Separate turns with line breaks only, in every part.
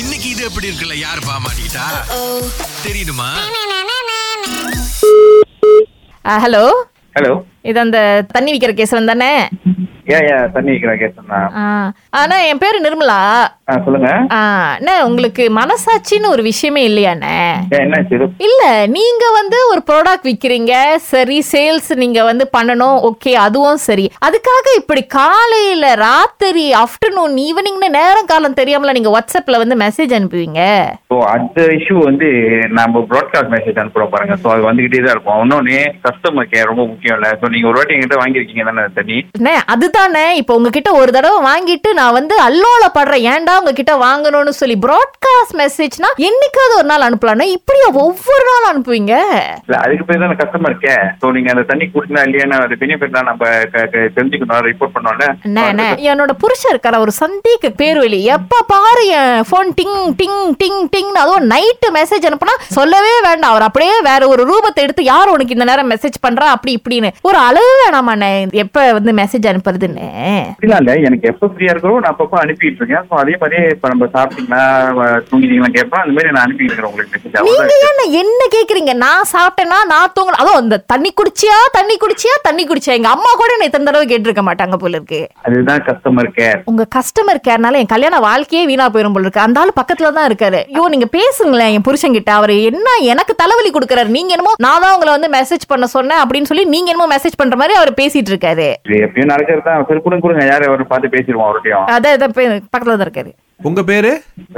இன்னைக்கு இது எப்படி இருக்குல்ல யார் பாமாட்டா தெரியுமா
ஹலோ
ஹலோ
இது அந்த தண்ணி விற்கிற கேசவன் தானே
ஏ ஏ தண்ணி வைக்கிறா கேட்டேன்
ஆ. அண்ணா என் பேரு நிர்மலா
ஆ சொல்லுங்க
ஆ, அண்ணா உங்களுக்கு மனசாட்சின்னு ஒரு விஷயமே இல்லையாண்ணே
ஏ என்ன இது
இல்ல நீங்க வந்து ஒரு ப்ராடக்ட் விக்கிறீங்க சரி சேல்ஸ் நீங்க வந்து பண்ணணும் ஓகே அதுவும் சரி அதுக்காக இப்படி காலையில ராத்திரி ஆஃப்டர்நூன் ஈவினிங்னு நேரம் காலம் தெரியாமல நீங்க வாட்ஸ்அப்ல வந்து மெசேஜ் அனுப்புவீங்க
ஸோ அந்த இஷ்யூ வந்து நம்ம ப்ராட்காஸ்ட் மெசேஜ் அனுப்புறோம் பாருங்க ஸோ அது வந்துகிட்டே தான் இருக்கும் இன்னொன்னு கஸ்டமர் கேர் ரொம்ப முக்கியம் இல்ல ஸோ நீங்க ஒரு வாட்டி எங்கிட்ட வாங்கியிருக்கீங்க தானே அந்த தண்ணி
அண்ணே, அதுதானே இப்போ உங்ககிட்ட ஒரு தடவை வாங்கிட்டு நான் வந்து அல்லோல படுறேன் ஏன்டா உங்ககிட்ட வாங்கணும்னு சொல்லி ப்ராட்காஸ்ட் மெசேஜ்னா என்னைக்காவது ஒரு நாள் அனுப்பலாம்னா இப்படியா ஒவ்வொரு நாள் அனுப்புவீங்க
இல்ல அதுக்கு பேர் தானே கஸ்டமர் கேர் ஸோ நீங்க அந்த தண்ணி குடிச்சா இல்லையான்னு அது பெனிஃபிட் தான் நம்ம க- க- தெரிஞ்சுக்கணும் ரிப்போர்ட் பண்ணோம்ல
அண்ணே, அண்ணே, என்னோட புருஷன் இருக்கார ஒரு சந்தேக பேர்வெளி எப்ப பாரு என் ஃபோன் டிங் டிங் டிங் டிங் அதுவும் நைட்டு மெசேஜ் அனுப்புனா சொல்லவே வேண்டாம் அவர் அப்படியே வேற ஒரு ரூபத்தை எடுத்து யார் உனக்கு இந்த நேரம் மெசேஜ் பண்றா அப்படி இப்படின்னு ஒரு அளவு வேணாமாண்ணே எப்ப வந்து மெசேஜ் அனுப்புறதுன்னு
அப்படிலாம் இல்ல எனக்கு எப்போ ஃப்ரீயா இருக்கிறோ நான் அப்பப்போ அனுப்பிட்டு இருக்கேன் ஸோ அதே மாதிரி இப்போ நம்ம சாப்பிட்டீங்களா வ- தூங்கிட்டீங்களா கேட்பேன் அந்த மாதிரி நான் அனுப்பி இருக்கிறேன் உங்களுக்கு message. அவ்வளவுதான்.
நீங்க ஏன் என்ன கேக்குறீங்க நான் சாப்பிட்டேன்னா நான் தூங்கல அதுவும் இந்த தண்ணி குடிச்சியா தண்ணி குடிச்சியா தண்ணி குடிச்சியா எங்க அம்மா கூட என்னை இத்தனை தடவை கேட்டிருக்க மாட்டாங்க போல இருக்கு
அதுதான் கஸ்டமர் கேர்
உங்க கஸ்டமர் கேர்னால என் கல்யாண வாழ்க்கையே வீணா போயிரும் போல இருக்கு அந்த ஆளு பக்கத்துல தான் இருக்காரு ஐயோ நீங்க பேசுங்களேன் என் புருஷன் கிட்ட அவர் என்ன எனக்கு தலைவலி கொடுக்கறாரு நீங்க என்னமோ நான் தான் உங்களை வந்து மெசேஜ் பண்ண சொன்னேன் அப்படின்னு சொல்லி நீங்க என்னமோ மெசேஜ் பண்ற மாதிரி அவர் பேசிட்டு இருக்காரு
இது எப்பயும் நடக்கிறது தான் சரி கொடுங்க கொடுங்க யார் அவரை பார்த்து பேசிடுவோம் அவர்கிட்டயும்
அதான் அதான் பே- பக்கத்துல தான் இருக்காரு
உங்க பேரு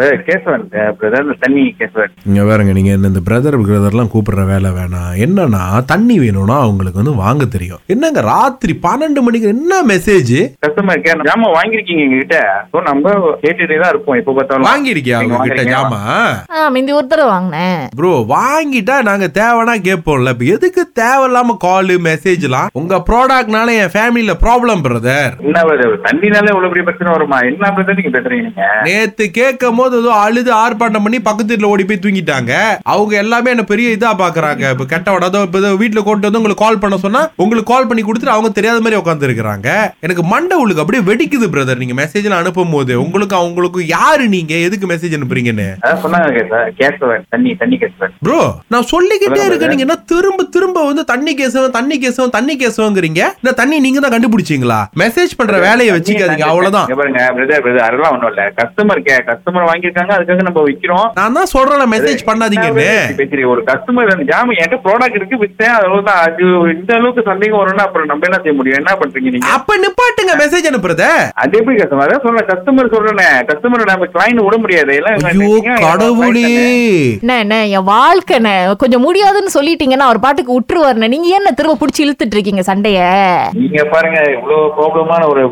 ஏய், கேசவன் பிரதர் இந்த தண்ணி கேசவன்
இங்க பாருங்க நீங்க என்ன இந்த பிரதர் பிரதர்லாம் கூப்பிடுற வேலை வேணாம் என்னன்னா தண்ணி வேணும்னா அவங்களுக்கு வந்து வாங்க தெரியும் என்னங்க ராத்திரி பன்னெண்டு மணிக்கு என்ன மெசேஜ்
கஸ்டமர் கேர் ஜாமா வாங்கியிருக்கீங்க எங்ககிட்ட ஸோ நம்ம கேட்டுட்டே தான் இருப்போம் எப்போ பார்த்தாலும்
வாங்கிருக்கியா
நீங்க
அவங்க கிட்ட
வாங்குறீங்களா?
ஜாமா
ஆ மிந்தி ஒரு தடவை வாங்கினேன்
ப்ரோ வாங்கிட்டா நாங்க தேவைன்னா கேட்போம்ல இப்ப எதுக்கு தேவையில்லாம கால் மெசேஜ்லாம் உங்க ப்ராடக்ட்னால என் ஃபேமிலில ப்ராப்ளம் பிரதர்
என்ன வருது? தண்ணினாலே இவ்வளவு பெரிய பிரச்சனை வருமா என்ன பிரச்சனை நீங்க பேசுறீங்க நீங்க?
நேத்து கேட்கும் போது ஏதோ அழுது ஆர்ப்பாட்டம் பண்ணி பக்கத்து வீட்டுல ஓடி போய் தூங்கிட்டாங்க அவங்க எல்லாமே என்ன பெரிய இதா பாக்குறாங்க இப்ப கெட்டவட அதோ இப்ப ஏதோ வீட்டுல கொண்டு வந்து உங்களுக்கு கால் பண்ண சொன்னா உங்களுக்கு கால் பண்ணி கொடுத்துட்டு அவங்க தெரியாத மாதிரி உட்கார்ந்து இருக்கிறாங்க எனக்கு மண்டை உங்களுக்கு அப்படியே வெடிக்குது பிரதர் நீங்க மெசேஜ்ல அனுப்பும் போது உங்களுக்கு அவங்களுக்கு யாரு நீங்க எதுக்கு மெசேஜ் அனுப்புறீங்கன்னு
அதான் சொன்னாங்க கேசவன், கேசவன் தண்ணி தண்ணி கேசவன்
ப்ரோ நான் சொல்லிக்கிட்டே இருக்கேன் நீங்க என்ன திரும்ப திரும்ப வந்து தண்ணி கேசவன் தண்ணி கேசவன் தண்ணி கேசவங்கிறீங்க இந்த தண்ணி நீங்க தான் கண்டுபிடிச்சீங்களா மெசேஜ் பண்ற வேலையை வச்சுக்காதீங்க அவ்வளவுதான்
இங்க பாருங்க பிரதர் பிரதர் அதெல்லாம் ஒண்ணும் இல்ல கஸ்டமர் கேர் கஸ்டமர் வாங்கியிருக்காங்க அதுக்காக நம்ம விக்கிறோம்
நான் தான் சொல்றேன் மெசேஜ் பண்ணாதீங்கன்னு
பேசுறீங்க ஒரு கஸ்டமர் ஜாம என்கிட்ட ப்ராடக்ட் இருக்கு வித்தேன் அவ்வளவுதான் அது இந்த அளவுக்கு சந்தேகம் வரும்னா அப்புறம் நம்ம என்ன செய்ய முடியும் என்ன பண்றீங்க நீங்க
அப்ப நிப்பாட்டுங்க மெசேஜ் அனுப்புறத
அது எப்படி கஸ்டமர் அதான் சொல்றேன் கஸ்டமர் சொல்றேன் கஸ்டமர் நம்ம கிளைண்ட் விட முடியாது எல்லாம்
ஐயோ கடவுளே
அண்ணே, அண்ணே, என் வாழ்க்கைண்ணே கொஞ்சம் முடியாதுன்னு சொல்லிட்டீங்கன்னா அவர் பாட்டுக்கு விட்டுருவாருண்ணே நீங்க என்ன திரும்ப புடிச்சு இழுத்துட்டு இருக்கீங்க சண்டைய
நீங்க பாருங்க இவ்வளவு ப்ராப்ளமான ஒரு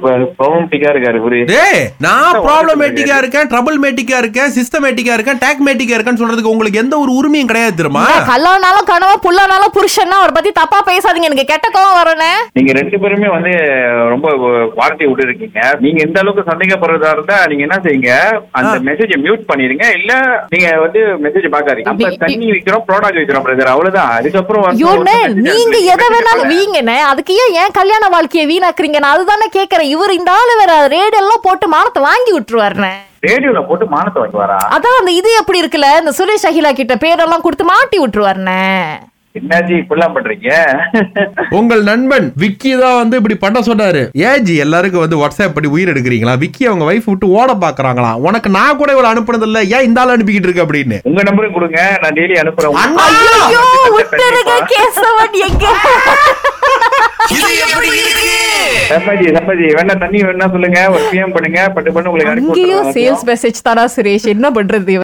ப்ராப்ளம்டிக்கா இருக்காரு இவரு
டேய் நான் ப்ராப்ளமேட்டிக்கா இருக்கேன் ட்ரபிள் மேட்டிக்கா இருக்கேன் சிஸ்டமேட்டிக்கா இருக்கேன் டேக்மேட்டிக்கா இருக்கேன்னு சொல்றதுக்கு உங்களுக்கு எந்த ஒரு உரிமையும் கிடையாது தெரியுமா
அண்ணே, கல்லானாலும் கனவா புல்லானாலும் புருஷன்னா அவரை பத்தி தப்பா பேசாதீங்க எனக்கு கெட்ட கோவம் வரணே
நீங்க ரெண்டு பேருமே வந்து ரொம்ப வார்த்தை விட்டு இருக்கீங்க நீங்க இந்த அளவுக்கு சந்தேகப்படுறதா இருந்தா நீங்க என்ன செய்யுங்க அந்த மெசேஜை மியூட் பண்ணிருங்க இல்ல நீங்க வந்து மெசேஜ் பாக்காதீங்க நம்ம
இ- இ-
தண்ணி விக்கிறோம் ப்ராடக்ட் விக்கிறோம் பிரதர் அவ்வளவுதான் அதுக்கப்புறம் வந்து ஒரு
ஐயோண்ணே
message
நீங்க
அனுப்பி-
எதை வேணாலும்
message
வீங்கண்ணே அதுக்கு ஏன் என் கல்யாண வாழ்க்கையை வீணாக்குறீங்க நான் அதுதானே கேக்குறேன் இவர் இந்த ஆளு வேற ரேடு எல்லாம் போட்டு மானத்தை வாங்கி விட்டுருவாருண்ணே
ரேடியோல போட்டு மானத்தை வாங்கி வரா
அதான் அந்த இது எப்படி இருக்குல்ல இந்த சுரேஷ் அகிலா கிட்ட பேரெல்லாம் கொடுத்து மாட்டி விட்டுருவாருண்ணே
என்னாச்சு இப்படிலாம் பண்றீங்க
உங்கள் நண்பன் விக்கி தான் வந்து இப்படி பண்ண சொன்னாரு ஏஜி எல்லாருக்கும் வந்து வாட்ஸ்அப் பண்ணி உயிர் எடுக்கிறீங்களா விக்கி அவங்க வைஃப் விட்டு ஓட பாக்குறாங்களா உனக்கு நான் கூட இவ்வளவு அனுப்புனது இல்ல ஏன் இந்த ஆள் அனுப்பிக்கிட்டு இருக்க அப்படின்னு
உங்க நம்பரும் கொடுங்க நான் டெய்லி அனுப்புறேன்
அண்ணா!
ஐயோ விட்டுருங்க கேசவன் எங்க
இது எப்படி இருக்கு
சப்பாஜி சப்பாஜி வேணா தண்ணி வேணா சொல்லுங்க ஒரு பிஎம் பண்ணுங்க பட்டு பண்ணு உங்களுக்கு அனுப்பி
அங்கேயும்
விட்டுறேன்.
சேல்ஸ் மெசேஜ் தானா சுரேஷ் என்ன பண்றது